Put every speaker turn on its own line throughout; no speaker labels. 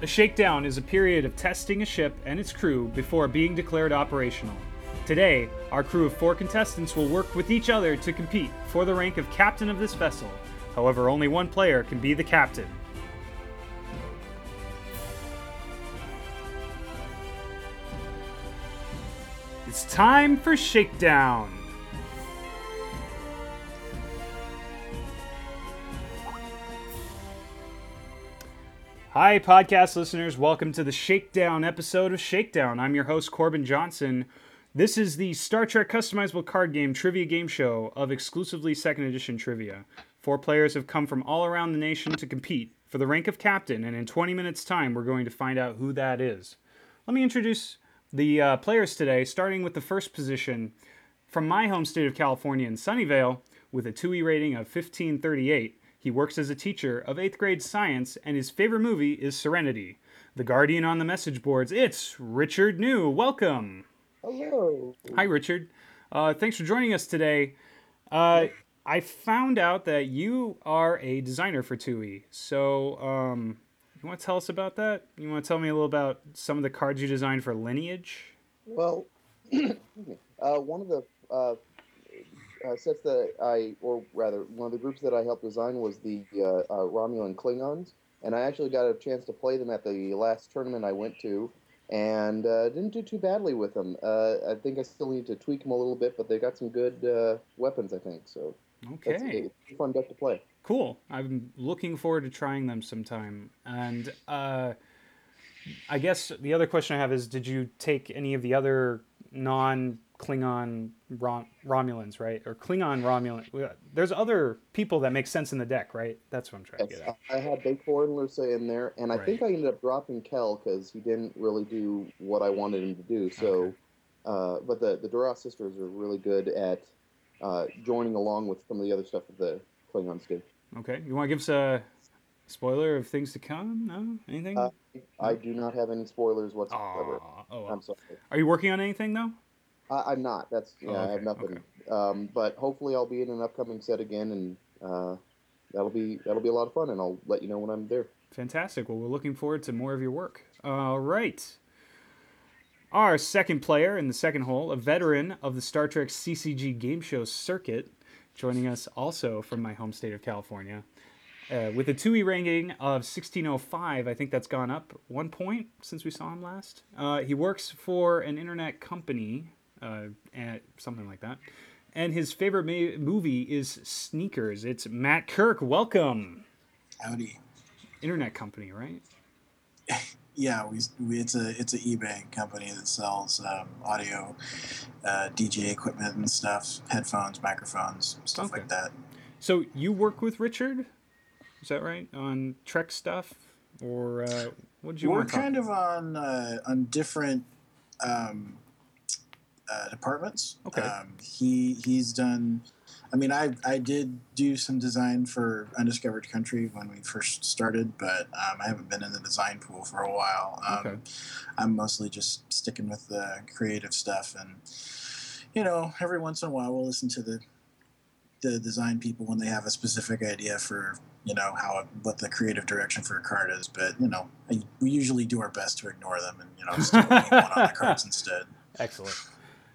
A shakedown is a period of testing a ship and its crew before being declared operational. Today, our crew of four contestants will work with each other to compete for the rank of captain of this vessel. However, only one player can be the captain. It's time for Shakedown! Hi, podcast listeners. Welcome to the Shakedown episode of Shakedown. I'm your host, Corbin Johnson. This is the Star Trek customizable card game trivia game show of exclusively second edition trivia. Four players have come from all around the nation to compete for the rank of captain, and in 20 minutes' time, we're going to find out who that is. Let me introduce the uh, players today, starting with the first position from my home state of California in Sunnyvale, with a TUI rating of 1538. He works as a teacher of 8th grade science, and his favorite movie is Serenity. The Guardian on the message boards, it's Richard New. Welcome.
Hello.
Hi, Richard. Uh, thanks for joining us today. Uh, I found out that you are a designer for TUI. So, um, you want to tell us about that? You want to tell me a little about some of the cards you designed for Lineage?
Well, uh, one of the uh, uh, sets that I, or rather, one of the groups that I helped design was the uh, uh, Romulan Klingons, and I actually got a chance to play them at the last tournament I went to, and uh, didn't do too badly with them. Uh, I think I still need to tweak them a little bit, but they got some good uh, weapons, I think. So that's
Okay,
it's a fun deck to play.
cool. I'm looking forward to trying them sometime. And uh, I guess the other question I have is Did you take any of the other non Klingon Rom- Romulans, right? Or Klingon Romulan? uh, There's other people that make sense in the deck, right? That's what I'm trying to
Yes,
get at.
I I had Bakeford and Lursa in there, and I
Right.
think I ended up dropping Kel because he didn't really do what I wanted him to do. So,
Okay.
uh, but the the Duras sisters are really good at uh, joining along with some of the other stuff that the Klingons do.
Okay, you want to give us a spoiler of things to come? No, anything?
Uh, I do not have any spoilers whatsoever.
Aw, oh, well.
I'm sorry.
Are you working on anything though?
I, I'm not. That's yeah.
Oh,
I have
okay,
nothing. Um, but hopefully, I'll be in an upcoming set again, and uh, that'll be that'll be a lot of fun. And I'll let you know when I'm there.
Fantastic. Well, we're looking forward to more of your work. All right. Our second player in the second hole, a veteran of the Star Trek CCG game show circuit, joining us also from my home state of California. Uh, with a TUI ranking of 1605, I think that's gone up one point since we saw him last. Uh, he works for an internet company, uh, at something like that. And his favorite ma- movie is Sneakers. It's Matt Kirk. Welcome.
Howdy.
Internet company, right?
Yeah, we, we it's a it's an eBay company that sells um, audio, uh, DJ equipment and stuff, headphones, microphones, stuff
Okay.
like that.
So you work with Richard, is that right? On Trek stuff, or uh, what did you
We're
work
kind
on?
of on uh, on different um, uh, departments.
Okay.
Um, he he's done. I mean, I I did do some design for Undiscovered Country when we first started, but um, I haven't been in the design pool for a while. Um,
Okay.
I'm mostly just sticking with the creative stuff, and you know, every once in a while we'll listen to the the design people when they have a specific idea for you know how what the creative direction for a card is, but you know, I, we usually do our best to ignore them and you know just do what we want on the cards instead.
Excellent.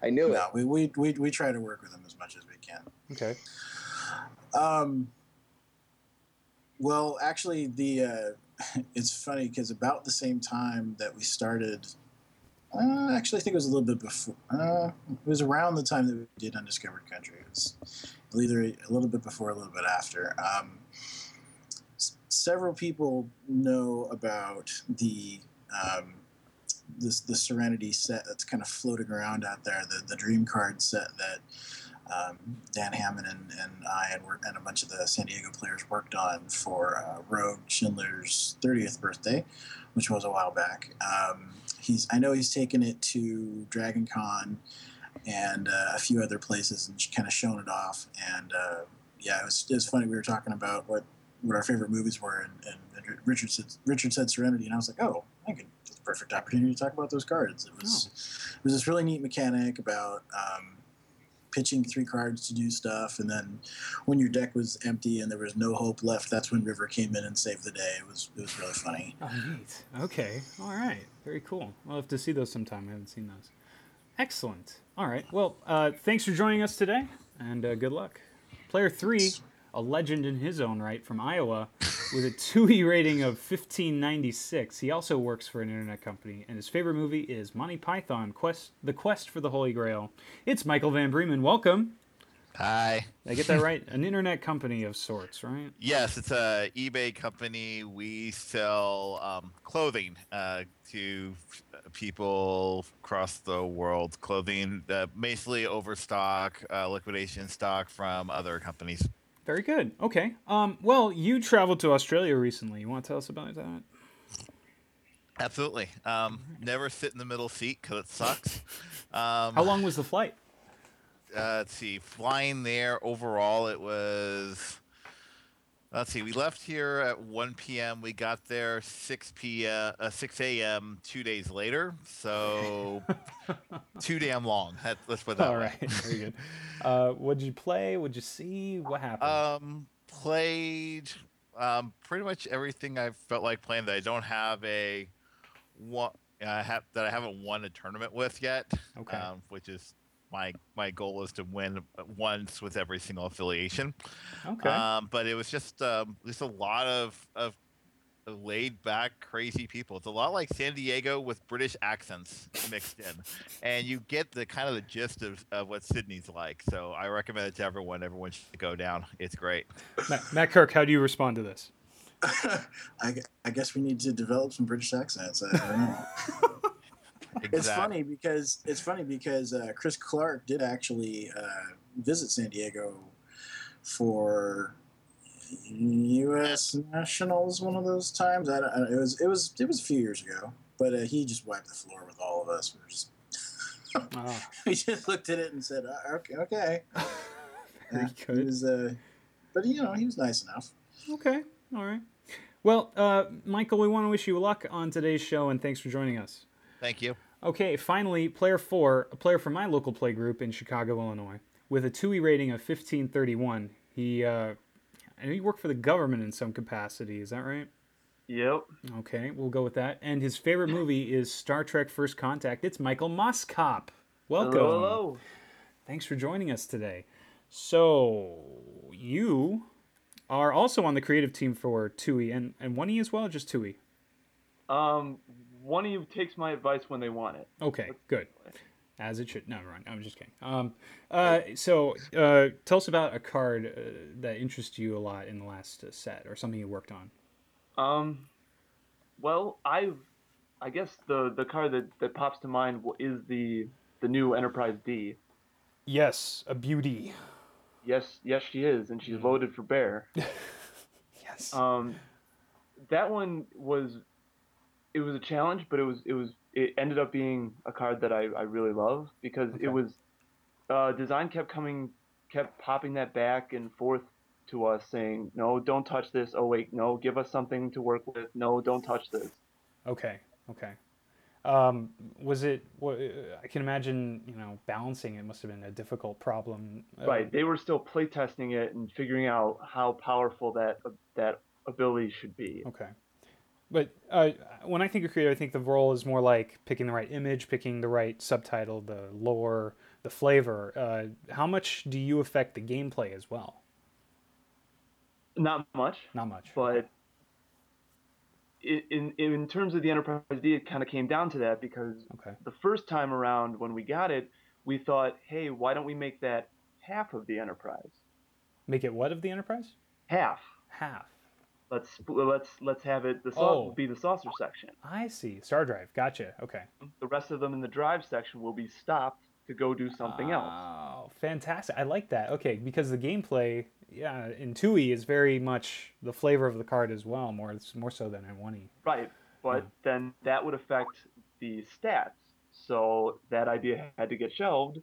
I knew it.
No, we, we, we, we try to work with them as much as we can.
Okay.
Um, well, actually, the uh, it's funny because about the same time that we started, uh, actually, I think it was a little bit before. Uh, it was around the time that we did Undiscovered Country. It was either a little bit before, a little bit after. Um, s- several people know about the. Um, this the Serenity set that's kind of floating around out there, the the Dream Card set that um, Dan Hammond and, and I and, we and a bunch of the San Diego players worked on for uh, Rogue Schindler's 30th birthday, which was a while back. Um, he's I know he's taken it to Dragon Con and uh, a few other places and kind of shown it off. And uh, yeah, it was, it was funny. We were talking about what, what our favorite movies were, and, and, and Richard said Richard said Serenity, and I was like, oh, I could. That's a perfect opportunity to talk about those cards. It was it was this really neat mechanic about um, pitching three cards to do stuff, and then when your deck was empty and there was no hope left, that's when River came in and saved the day. It was it was really funny.
Oh, neat. Okay. All right. Very cool. I'll have to see those sometime. I haven't seen those. Excellent. All right. Well, uh, thanks for joining us today, and uh, good luck. Player three, a legend in his own right from Iowa, with a 2E rating of 1596. He also works for an internet company, and his favorite movie is Monty Python: Quest, The Quest for the Holy Grail. It's Michael Van Bremen. Welcome.
Hi.
Did I get that right? An internet company of sorts, right?
Yes, it's a eBay company. We sell um, clothing uh, to people across the world. Clothing, uh, basically overstock, uh, liquidation stock from other companies.
Very good. Okay. Um, well, you traveled to Australia recently. You want to tell us about that?
Absolutely. Um, never sit in the middle seat because it sucks. Um,
How long was the flight?
uh, let's see, flying there overall, it was. Let's see, we left here at 1 p.m. We got there 6 p.m. Uh, 6 a.m. two days later. So too damn long. That, let's put it that.
All
way.
right. Very good. Uh, what'd you play? What'd you see? What happened?
Um, played um, pretty much everything I felt like playing that I don't have a one I have that I haven't won a tournament with yet.
Okay.
Um, which is my my goal is to win once with every single affiliation.
okay.
Um, but it was just um, just a lot of of laid back crazy people. It's a lot like San Diego with British accents mixed in, and you get the kind of the gist of, of what Sydney's like. So I recommend it to everyone. Everyone should go down. It's great.
Matt, Matt Kirk, how do you respond to this?
I, gu- I guess we need to develop some British accents. I don't know. It's funny because it's funny because uh, Chris Clark did actually uh, visit San Diego for U.S. Nationals one of those times. I don't, I don't- it was it was it was a few years ago, but uh, he just wiped the floor with all of us. We, were just,
Oh,
we just looked at it and said, "Uh, "Okay, okay."
very
Yeah, He
good.
was, uh, but you know, he was nice enough.
Okay. All right. Well, uh, Michael, we want to wish you luck on today's show, and thanks for joining us.
Thank you.
Okay, finally, player four, a player from my local playgroup in Chicago, Illinois, with a 2E rating of 1531. He, uh, I know you work for the government in some capacity, is that right?
Yep.
Okay, we'll go with that. And his favorite movie is Star Trek First Contact. It's Michael Moskop. Welcome.
Hello, hello.
Thanks for joining us today. So, you are also on the creative team for 2E and, and 1E as well, or just E? 2E?
Um, one of you takes my advice when they want it.
Okay, good. As it should. No, never mind. I'm just kidding. Um, uh, so, uh, tell us about a card uh, that interests you a lot in the last uh, set, or something you worked on.
Um, well, I, I guess the the card that, that pops to mind w- is the the new Enterprise D.
Yes, a beauty.
Yes, yes, she is, and she's voted for Bear.
Yes.
Um, that one was, it was a challenge, but it was it was it ended up being a card that I, I really love because
Okay.
it was, uh, design kept coming, kept popping that back and forth to us saying no, don't touch this. Oh wait, no, give us something to work with. No, don't touch this.
Okay. Okay. Um, was it? wa- I can imagine. You know, balancing it must have been a difficult problem. uh,
Right, they were still playtesting it and figuring out how powerful that uh, that ability should be.
Okay. But uh, when I think of creative, I think the role is more like picking the right image, picking the right subtitle, the lore, the flavor. Uh, how much do you affect the gameplay as well?
Not much,
Not much.
but i- in in terms of the Enterprise D, it kind of came down to that because
okay.
the first time around when we got it, we thought, hey, why don't we make that half of the Enterprise?
Make it what of the Enterprise?
Half.
Half.
Let's sp- let's let's have it. The sauce
Oh.
will be the saucer section.
I see. Star Drive. Gotcha. Okay.
The rest of them in the drive section will be stopped to go do something else.
Oh, fantastic! I like that. Okay, because the gameplay, yeah, in two E is very much the flavor of the card as well, more more so than in one E.
Right, but then that would affect the stats. So that idea had to get shelved,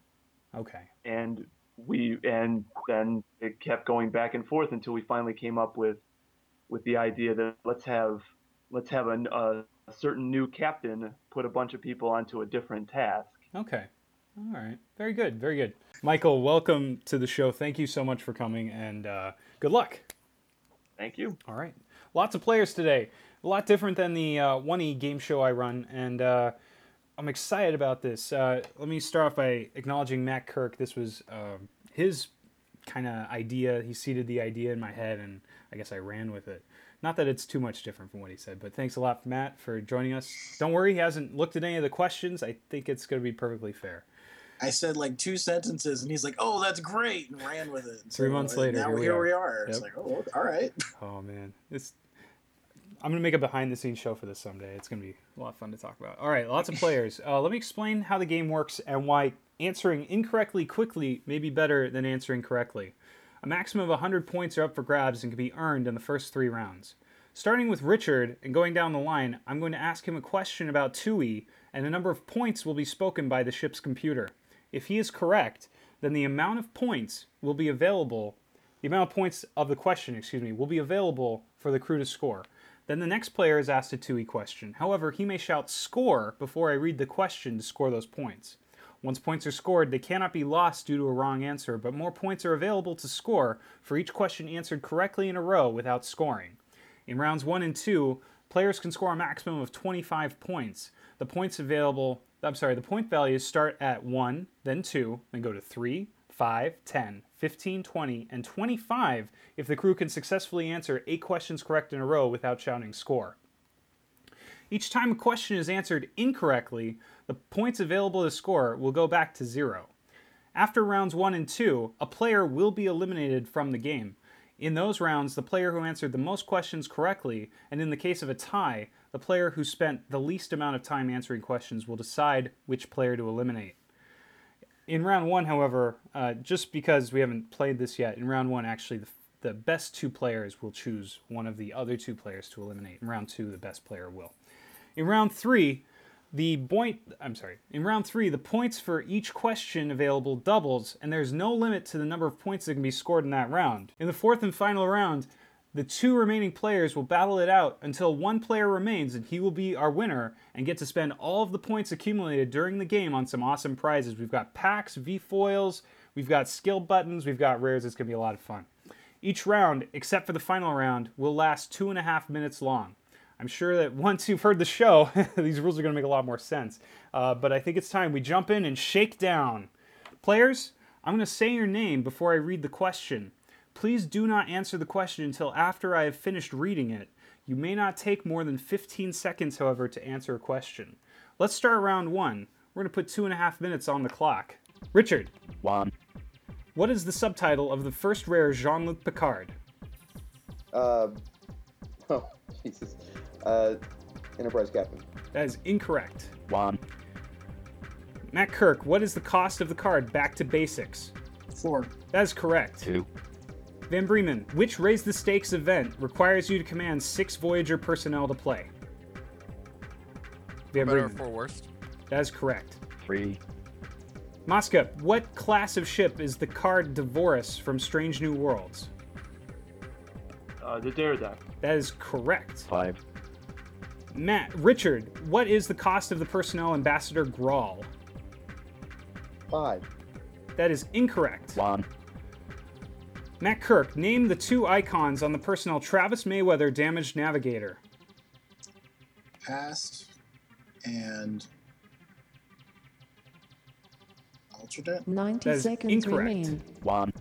Okay.
and we and then it kept going back and forth until we finally came up with with the idea that let's have let's have an, a, a certain new captain put a bunch of people onto a different task.
Okay. All right. Very good. Very good. Michael, welcome to the show. Thank you so much for coming and uh, good luck.
Thank you.
All right. Lots of players today. A lot different than the uh, 1E game show I run, and uh, I'm excited about this. Uh, let me start off by acknowledging Matt Kirk. This was um his kind of idea. He seeded the idea in my head, and I guess I ran with it. Not that it's too much different from what he said, but thanks a lot, Matt, for joining us. Don't worry, he hasn't looked at any of the questions. I think it's going to be perfectly fair.
I said like two sentences, and he's like, "Oh, that's great," and ran with it.
Three months
and
later,
now
here we
here
are.
we are. It's
Yep.
like, oh, all right.
Oh man, it's. I'm gonna make a behind the scenes show for this someday. It's gonna be a lot of fun to talk about. All right, lots of players. Uh, let me explain how the game works and why answering incorrectly quickly may be better than answering correctly. A maximum of 100 points are up for grabs and can be earned in the first three rounds. Starting with Richard and going down the line, I'm going to ask him a question about TUI, and a number of points will be spoken by the ship's computer. If he is correct, then the amount of points will be available the amount of points of the question, excuse me, will be available for the crew to score. Then the next player is asked a 2e question. However, he may shout score before I read the question to score those points. Once points are scored, they cannot be lost due to a wrong answer, but more points are available to score for each question answered correctly in a row without scoring. In rounds one and two, players can score a maximum of 25 points. The points available, I'm sorry, the point values start at 1, then 2, then go to 3, 5, 10, 15, 20, and 25 if the crew can successfully answer 8 questions correct in a row without shouting score. Each time a question is answered incorrectly, the points available to score will go back to 0. After rounds one and two, a player will be eliminated from the game. In those rounds, the player who answered the most questions correctly, and in the case of a tie, the player who spent the least amount of time answering questions will decide which player to eliminate. In round one, however, uh, just because we haven't played this yet, in round one, actually, the, the best two players will choose one of the other two players to eliminate. In round two, the best player will. In round three, the point I'm sorry. In round three, the points for each question available doubles, and there's no limit to the number of points that can be scored in that round. In the fourth and final round, the two remaining players will battle it out until one player remains and he will be our winner and get to spend all of the points accumulated during the game on some awesome prizes. We've got packs, V foils, we've got skill buttons, we've got rares, it's gonna be a lot of fun. Each round, except for the final round, will last two and a half minutes long. I'm sure that once you've heard the show, these rules are going to make a lot more sense. Uh, but I think it's time we jump in and shake down. Players, I'm going to say your name before I read the question. Please do not answer the question until after I have finished reading it. You may not take more than 15 seconds, however, to answer a question. Let's start round one. We're going to put two and a half minutes on the clock. Richard,
One.
what is the subtitle of the first rare Jean Luc Picard?
Uh, oh, Jesus. Uh, Enterprise Captain.
That is incorrect.
One.
Matt Kirk, what is the cost of the card back to basics?
Four.
That is correct.
Two.
Van Bremen, which Raise the Stakes event requires you to command six Voyager personnel to play? Van
Better
Bremen,
for worst.
that is correct.
Three.
Mosca, what class of ship is the card Divorce from Strange New Worlds?
Uh, the Derridac,
That is correct.
Five.
Matt, Richard, what is the cost of the personnel ambassador Grawl?
Five.
That is incorrect.
One.
Matt Kirk, name the two icons on the personnel Travis Mayweather Damaged Navigator.
Past and alternate.
90
That is
seconds
incorrect.
remain.
One.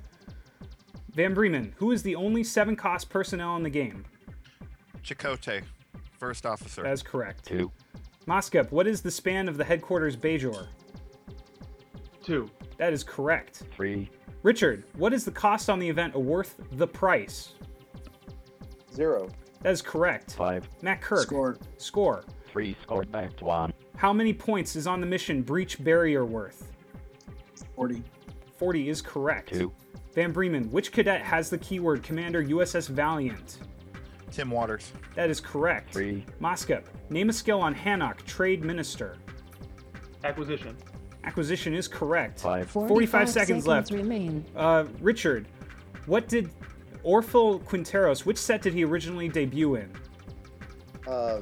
Van Bremen, who is the only seven cost personnel in the game?
Chicote, first officer.
That is correct.
Two.
Moskup, what is the span of the headquarters Bajor?
two,
That is correct.
Three.
Richard, what is the cost on the event a worth the price?
Zero.
That is correct.
Five.
Matt Kirk,
Score.
score.
Three. Scored back. One.
How many points is on the mission Breach Barrier worth?
Forty.
40 is correct.
Two.
Van Bremen, which cadet has the keyword Commander USS Valiant?
Tim Waters.
That is correct.
Three.
Moskup, name a skill on Hanok, Trade Minister.
acquisition,
Acquisition is correct.
Five.
45 seconds left.
remain.
Uh, Richard, what did Orfil Quinteros, which set did he originally debut in?
Uh,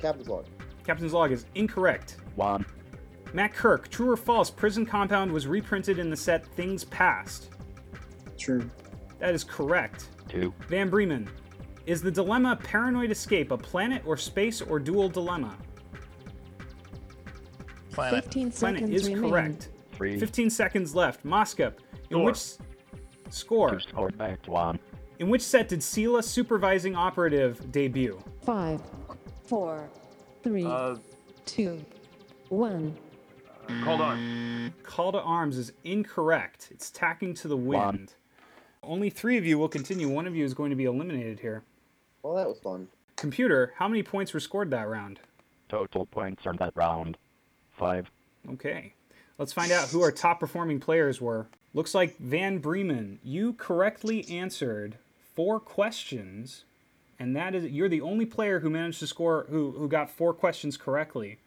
Captain's Log.
Captain's log is incorrect.
One.
Matt Kirk, true or false, Prison Compound was reprinted in the set Things Past.
True.
That is correct.
Two.
Van Bremen, is the dilemma Paranoid Escape a planet or space or dual dilemma?
Uh,
Planet.
15
Planet
seconds
is
remain.
correct.
Three.
15 seconds left. Moskup, in
Score.
which s- score?
Two scored back to one.
In which set did Sela supervising operative debut?
Five, four, three,
Uh,
two, one.
called on.
Call to Arms is incorrect. It's Tacking to the Wind.
One.
Only three of you will continue. One of you is going to be eliminated here.
Well, that was fun.
Computer, how many points were scored that round?
Total points on that round. Five.
Okay. Let's find out who our top performing players were. Looks like Van Bremen, you correctly answered four questions, and that is you're the only player who managed to score who who got four questions correctly.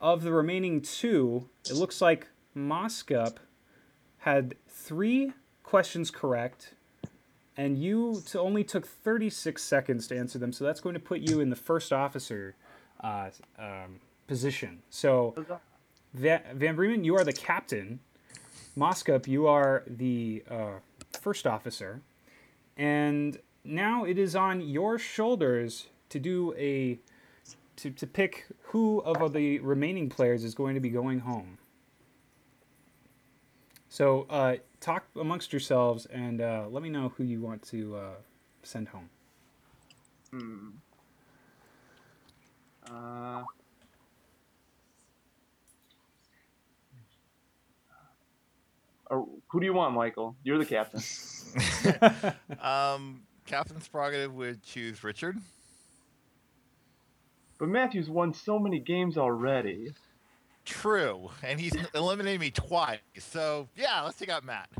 Of the remaining two, it looks like Moskup had three questions correct, and you t- only took 36 seconds to answer them. So that's going to put you in the first officer uh, um, position. So Va- Van Bremen, you are the captain. Moskup, you are the uh, first officer. And now it is on your shoulders to do a to, to pick who of the remaining players is going to be going home. So uh, talk amongst yourselves and uh, let me know who you want to uh, send home.
Hmm. Uh, or uh, who do you want, Michael? You're the captain.
um, Captain's prerogative would choose Richard.
But Matthew's won so many games already.
True, and he's eliminated me twice. So yeah, let's take out Matt.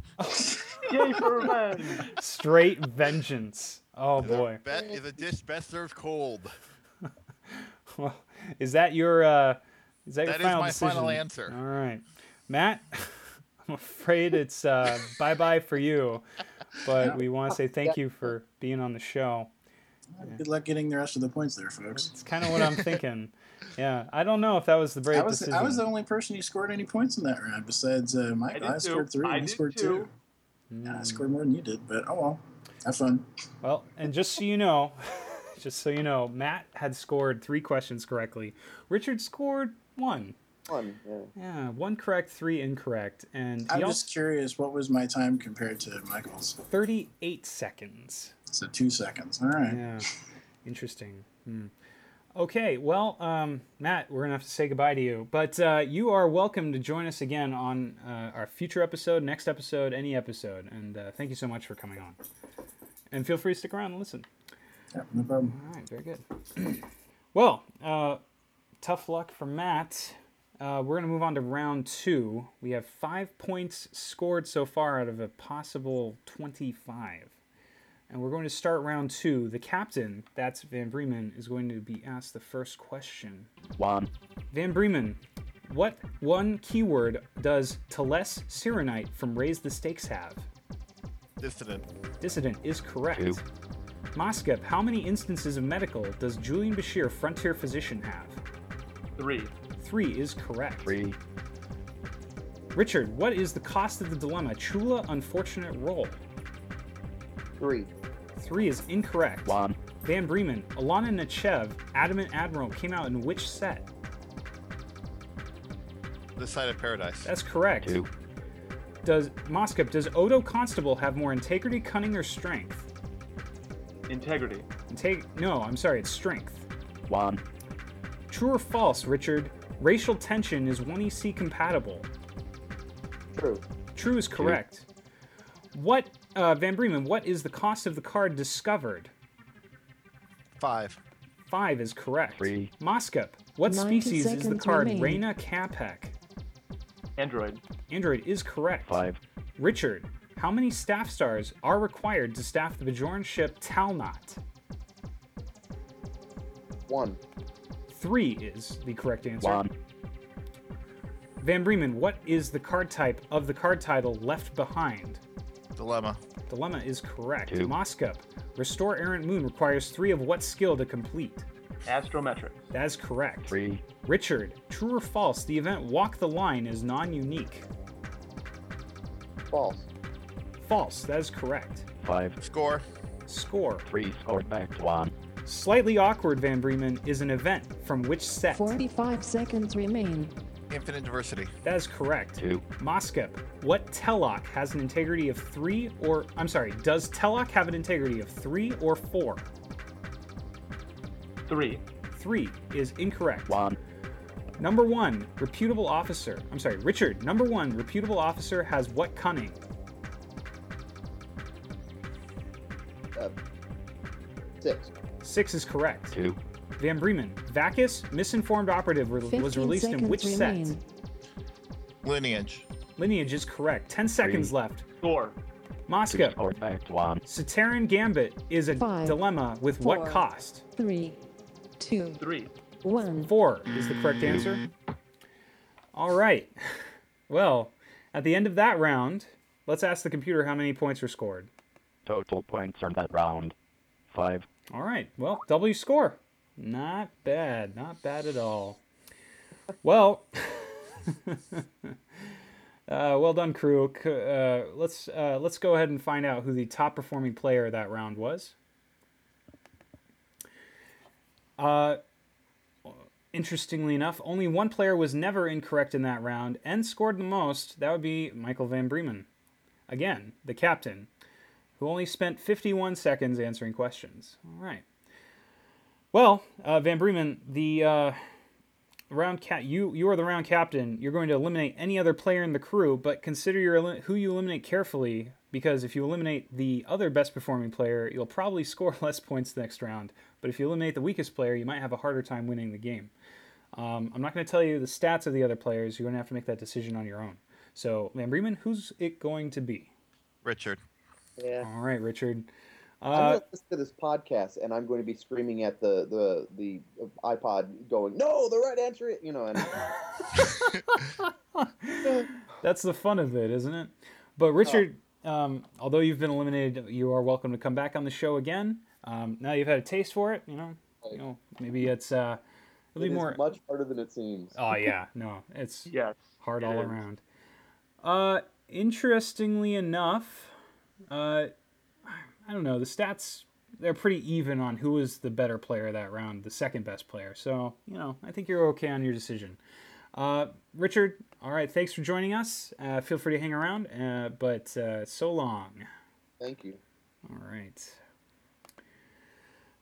Yay for revenge!
Straight vengeance. Oh
Is a
boy.
bet- is a dish best served cold.
Well, is that your uh, is that,
That is
your final
my
decision?
final answer.
All right, Matt. I'm afraid it's uh, bye bye for you, but we want to say thank you for being on the show.
Good luck getting the rest of the points there, folks.
It's kind of what I'm thinking. Yeah, I don't know if that was the
I
brave
was
decision.
I was the only person who scored any points in that round besides uh, Mike.
did
I, scored
too.
three.
I
and you
did
scored
too.
two. Yeah, I scored more than you did, but oh well. Have fun.
Mm, Well, and just so you know, just so you know, Matt had scored three questions correctly. Richard scored one.
Fun. Yeah.
Yeah, one correct, three incorrect, and
I'm
he also
just curious, what was my time compared to Michael's?
38 seconds.
So two seconds. All right.
Yeah. Interesting. Hmm. Okay, well, um, Matt, we're going to have to say goodbye to you, but uh, you are welcome to join us again on uh, our future episode, next episode, any episode. And uh, thank you so much for coming on. And feel free to stick around and listen.
Yeah, no problem.
All right, very good. well, uh, tough luck for Matt. Uh, we're going to move on to round two. We have five points scored so far out of a possible 25. And we're going to start round two. The captain, that's Van Bremen, is going to be asked the first question.
One.
Van Bremen, what one keyword does Teles Cyrenite from Raise the Stakes have?
Dissident.
Dissident is correct.
Two.
Moskup, how many instances of medical does Julian Bashir, frontier physician, have?
Three.
Three is correct.
Three.
Richard, what is the cost of the dilemma? Chula, unfortunate roll.
Three.
Three is incorrect.
One.
Van Bremen, Alana Nechev, Adamant Admiral came out in which set?
This side of paradise.
That's correct.
Two.
Does Moskup, does Odo Constable have more integrity, cunning, or strength?
Integrity.
Integ- no, I'm sorry, it's strength.
One.
True or false, Richard? Racial tension is 1EC compatible.
True.
True is correct. What, uh, Van Bremen, what is the cost of the card discovered?
Five.
Five is correct.
Three.
Moskup, what
90
species is the
seconds
card
remain.
Reina Capek?
Android.
Android is correct.
Five.
Richard, how many staff stars are required to staff the Bajoran ship Talnot?
One.
Three is the correct answer.
One.
Van Bremen, what is the card type of the card title Left Behind?
Dilemma.
Dilemma is correct.
Two.
Moskup, Restore Errant Moon requires three of what skill to complete?
Astrometric.
That is correct.
Three.
Richard, true or false, the event Walk the Line is non unique?
False.
False, that is correct.
Five.
Score.
Score.
Three. Scored back. One.
Slightly Awkward Van Bremen is an event from which set?
45 seconds remain.
Infinite diversity.
That is correct.
Two.
Moskep, what Telok has an integrity of three or I'm sorry, does Telok have an integrity of three or four?
Three.
Three is incorrect.
One.
Number one, reputable officer. I'm sorry, Richard. Number one, reputable officer has what cunning?
Uh, six.
Six is correct.
Two.
Van Bremen, Vacus, misinformed operative, re-
15
was released
seconds
in which
remain.
set?
Lineage.
Lineage is correct. Ten seconds
Three. oh.
left.
Score.
Two.
Moscow,
Scored back. One.
Sateran Gambit is a
Five,
dilemma with what
four.
cost?
Three, two,
Three.
one.
Four is the correct answer. All right. Well, at the end of that round, let's ask the computer how many points were scored.
Total points on that round. Five.
All right. Well, double your score. Not bad. Not bad at all. Well, uh, well done, crew. C- Uh, let's uh, let's go ahead and find out who the top performing player that round was. Uh, interestingly enough, only one player was never incorrect in that round and scored the most. That would be Michael Van Bremen, again the captain who only spent 51 seconds answering questions. All right. Well, uh, Van Bremen, the uh, round cat, you you are the round captain. You're going to eliminate any other player in the crew, but consider your elim- who you eliminate carefully because if you eliminate the other best performing player, you'll probably score less points next round. But if you eliminate the weakest player, you might have a harder time winning the game. Um, I'm not going to tell you the stats of the other players. You're going to have to make that decision on your own. So, Van Bremen, who's it going to be?
Richard.
Yeah.
All right, Richard.
I'm
Uh,
going to listen to this podcast, and I'm going to be screaming at the the the iPod, going, "No, the right answer!" is-" You know, and
That's the fun of it, isn't it? But Richard,
Oh.
um, although you've been eliminated, you are welcome to come back on the show again. Um, now you've had a taste for it, you know. You know, maybe it's uh,
it
it'll be
is
more.
much harder than it seems.
Oh yeah, no, it's
Yes.
hard
it
all
is.
around. Uh, interestingly enough, uh, I don't know. The stats they're pretty even on who was the better player that round, the second best player. So you know, I think you're okay on your decision. Uh, Richard, all right, thanks for joining us. Uh, feel free to hang around, uh, but uh, so long.
Thank you.
All right.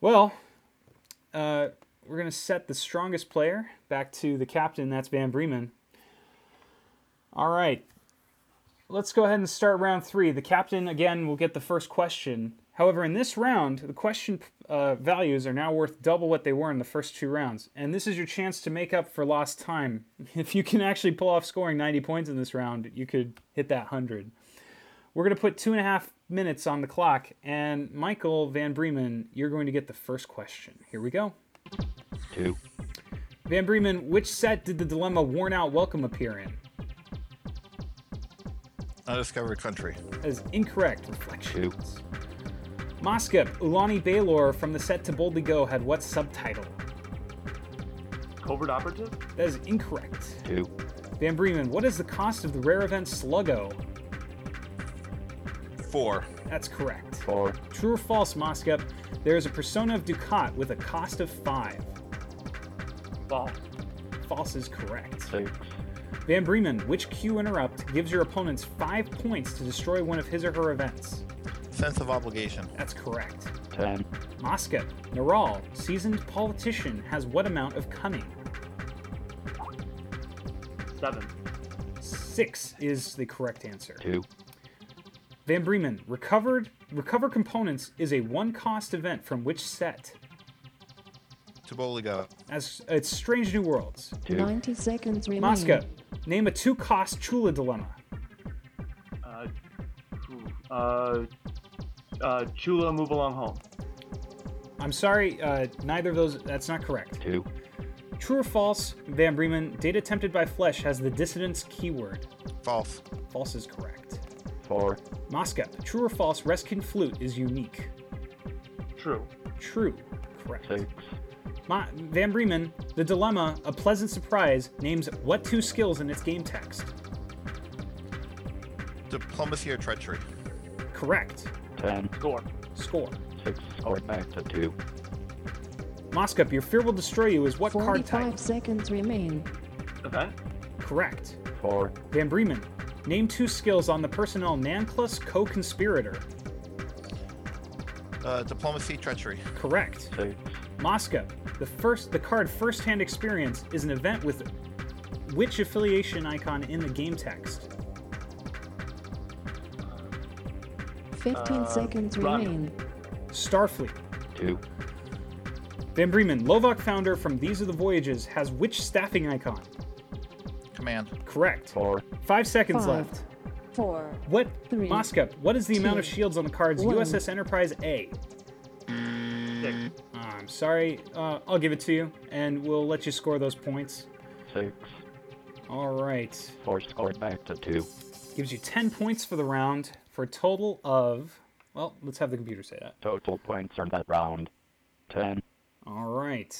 Well, uh, we're going to set the strongest player back to the captain. That's Van Bremen. All right. Let's go ahead and start round three. The captain, again, will get the first question. However, in this round, the question uh, values are now worth double what they were in the first two rounds. And this is your chance to make up for lost time. If you can actually pull off scoring 90 points in this round, you could hit that 100 we're going to put two and a half minutes on the clock. And Michael Van Bremen, you're going to get the first question. Here we go.
Two.
Van Bremen, which set did the dilemma worn out welcome appear in?
Undiscovered country.
That is incorrect. Reflections. Moskup, Ulani Baylor from the set to Boldly Go had what subtitle?
Covert operative.
That is incorrect.
Two.
Van Bremen, what is the cost of the rare event Sluggo?
Four.
That's correct.
Four.
True or false, Moskup, there is a persona of Ducat with a cost of five.
False.
False is correct.
Six.
Van Bremen, which Q interrupt gives your opponents five points to destroy one of his or her events?
Sense of obligation.
That's correct.
Ten.
Mosca, Naral, seasoned politician, has what amount of cunning?
Seven.
Six is the correct answer.
Two.
Van Bremen, recovered recover components is a one-cost event from which set?
Taboli go.
As it's Strange New Worlds.
Two.
90 seconds remain.
Mosca, name a two-cost Chula dilemma.
Uh, ooh, uh, uh, Chula, move along home.
I'm sorry, uh, neither of those. That's not correct.
Two.
True or false? Van Bremen, data tempted by flesh has the dissonance keyword.
False.
False is correct.
Four.
Mosca, true or false, Reskin flute is unique.
True.
True. Correct.
six,
Ma- Van Bremen, The Dilemma, A Pleasant Surprise, names what two skills in its game text?
Diplomacy or treachery?
Correct.
ten,
Score.
Score.
six, scored back to two,
Moskup, Your Fear Will Destroy You is what card
45
type?
seconds remain.
Event.
Correct.
four,
Van Bremen, name two skills on the personnel Nanclus co conspirator.
Uh, diplomacy, treachery.
Correct.
six,
Mosca, the first the card first hand experience is an event with which affiliation icon in the game text?
15
Uh,
seconds
run.
remain.
Starfleet.
two,
Van Bremen, Lovok founder from These Are the Voyages, has which staffing icon?
Command.
Correct.
four,
Five seconds
Five.
left.
Four.
What
Three.
Mosca, what is the amount of
Two.
shields on the cards
One.
USS Enterprise A?
Six.
Ah, I'm sorry, uh, I'll give it to you, and we'll let you score those points.
six,
All right.
four, scored back to two,
Gives you 10 points for the round for a total of. Well, let's have the computer say that.
total points on that round, ten,
All right.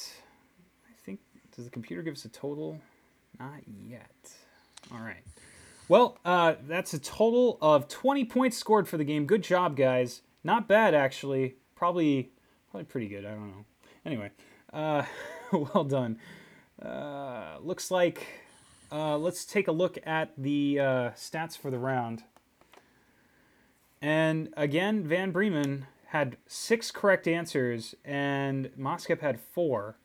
I think does the computer give us a total? Not yet. All right. Well, uh, that's a total of 20 points scored for the game. Good job, guys. Not bad actually. Probably, probably pretty good. I don't know. Anyway, uh, well done. Uh, looks like. Uh, let's take a look at the uh, stats for the round. And again, Van Bremen had six correct answers, and Moskep had four.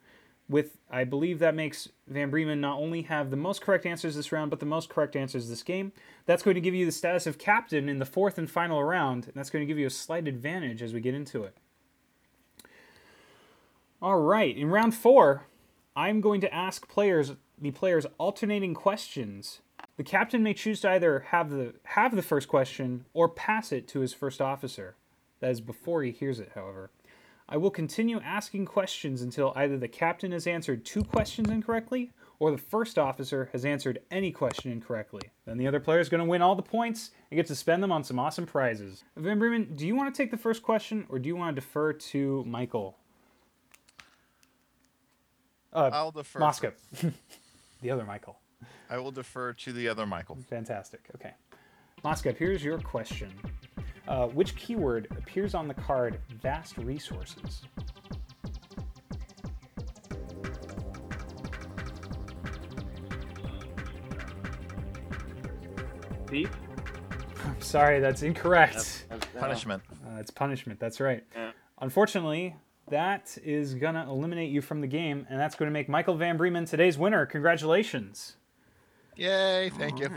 With I believe that makes Van Bremen not only have the most correct answers this round, but the most correct answers this game. That's going to give you the status of captain in the fourth and final round, and that's going to give you a slight advantage as we get into it. All right, in round four, I'm going to ask players the players alternating questions. The captain may choose to either have the have the first question or pass it to his first officer. That is before he hears it, however. I will continue asking questions until either the captain has answered two questions incorrectly or the first officer has answered any question incorrectly. Then the other player is going to win all the points and get to spend them on some awesome prizes. Van Bremen, do you want to take the first question or do you want to defer to Michael? Uh,
I'll defer.
Moscow. the other Michael.
I will defer to the other Michael.
Ah. Fantastic. Okay. Moscow, here's your question. Uh, which keyword appears on the card vast resources?
Thief.
I'm sorry, that's incorrect.
Punishment.
Uh, it's punishment, that's right.
Yeah.
Unfortunately, that is going to eliminate you from the game, and that's going to make Michael Van Bremen today's winner. Congratulations.
Yay! Thank you.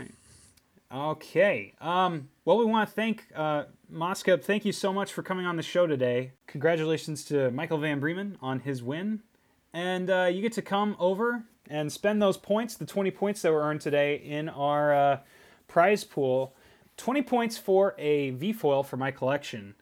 Okay. Um, well, we want to thank uh, Moscow. Thank you so much for coming on the show today. Congratulations to Michael Van Bremen on his win. And uh, you get to come over and spend those points, the 20 points that were earned today, in our uh, prize pool. 20 points for a V-foil for my collection.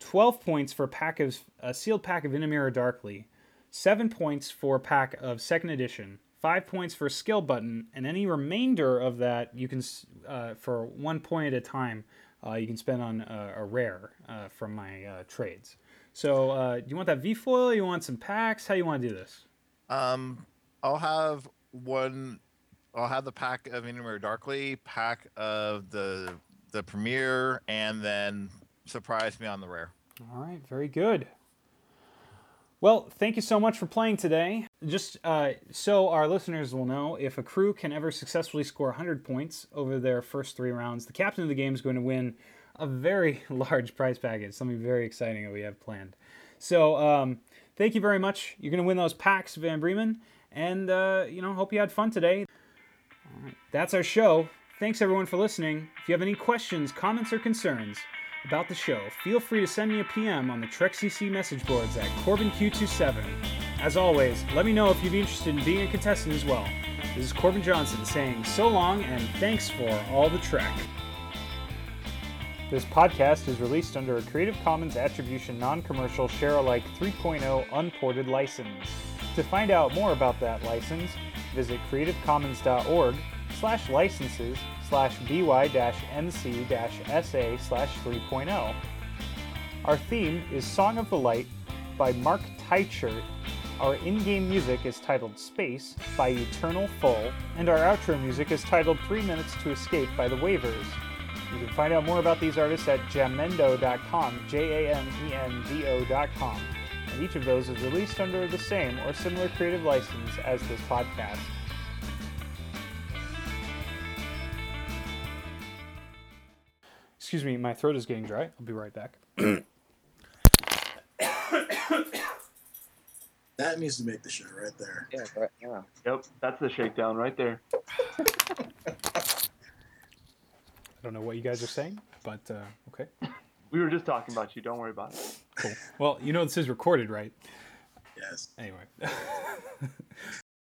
12 points for a, pack of, a sealed pack of Inamira Darkly seven points for a pack of second edition, five points for a skill button, and any remainder of that you can s- uh, for one point at a time. Uh, you can spend on uh, a rare uh, from my uh, trades. So, uh, do you want that V foil? You want some packs? How you want to do this?
Um, I'll have one. I'll have the pack of Innumer Darkly, pack of the the premiere, and then surprise me on the rare.
All right, very good. Well, thank you so much for playing today. Just uh, so our listeners will know, if a crew can ever successfully score 100 points over their first three rounds, the captain of the game is going to win a very large prize package, something very exciting that we have planned. So, um, thank you very much. You're going to win those packs, Van Bremen, and uh, you know, hope you had fun today. All right, that's our show. Thanks everyone for listening. If you have any questions, comments, or concerns, about the show, feel free to send me a PM on the Trek CC message boards at CorbinQ27. As always, let me know if you'd be interested in being a contestant as well. This is Corbin Johnson saying so long and thanks for all the Trek. This podcast is released under a Creative Commons Attribution Non Commercial Share Alike 3.0 Unported license. To find out more about that license, visit creativecommons.org slash licenses slash by nc oh. sa slash 3.0. Our theme is Song of the Light by Mark Teichert. Our in game music is titled Space by Eternal Full, and our outro music is titled Three Minutes to Escape by The Waivers. You can find out more about these artists at jamendo.com, J A M E N D O.com, and each of those is released under the same or similar creative license as this podcast. Excuse me, my throat is getting dry. I'll be right back.
That needs to make the show right there.
Yeah, right, yeah.
Yep, that's the shakedown right there.
I don't know what you guys are saying, but uh, okay.
We were just talking about you. Don't worry about it.
Well, you know this is recorded, right?
Yes.
Anyway.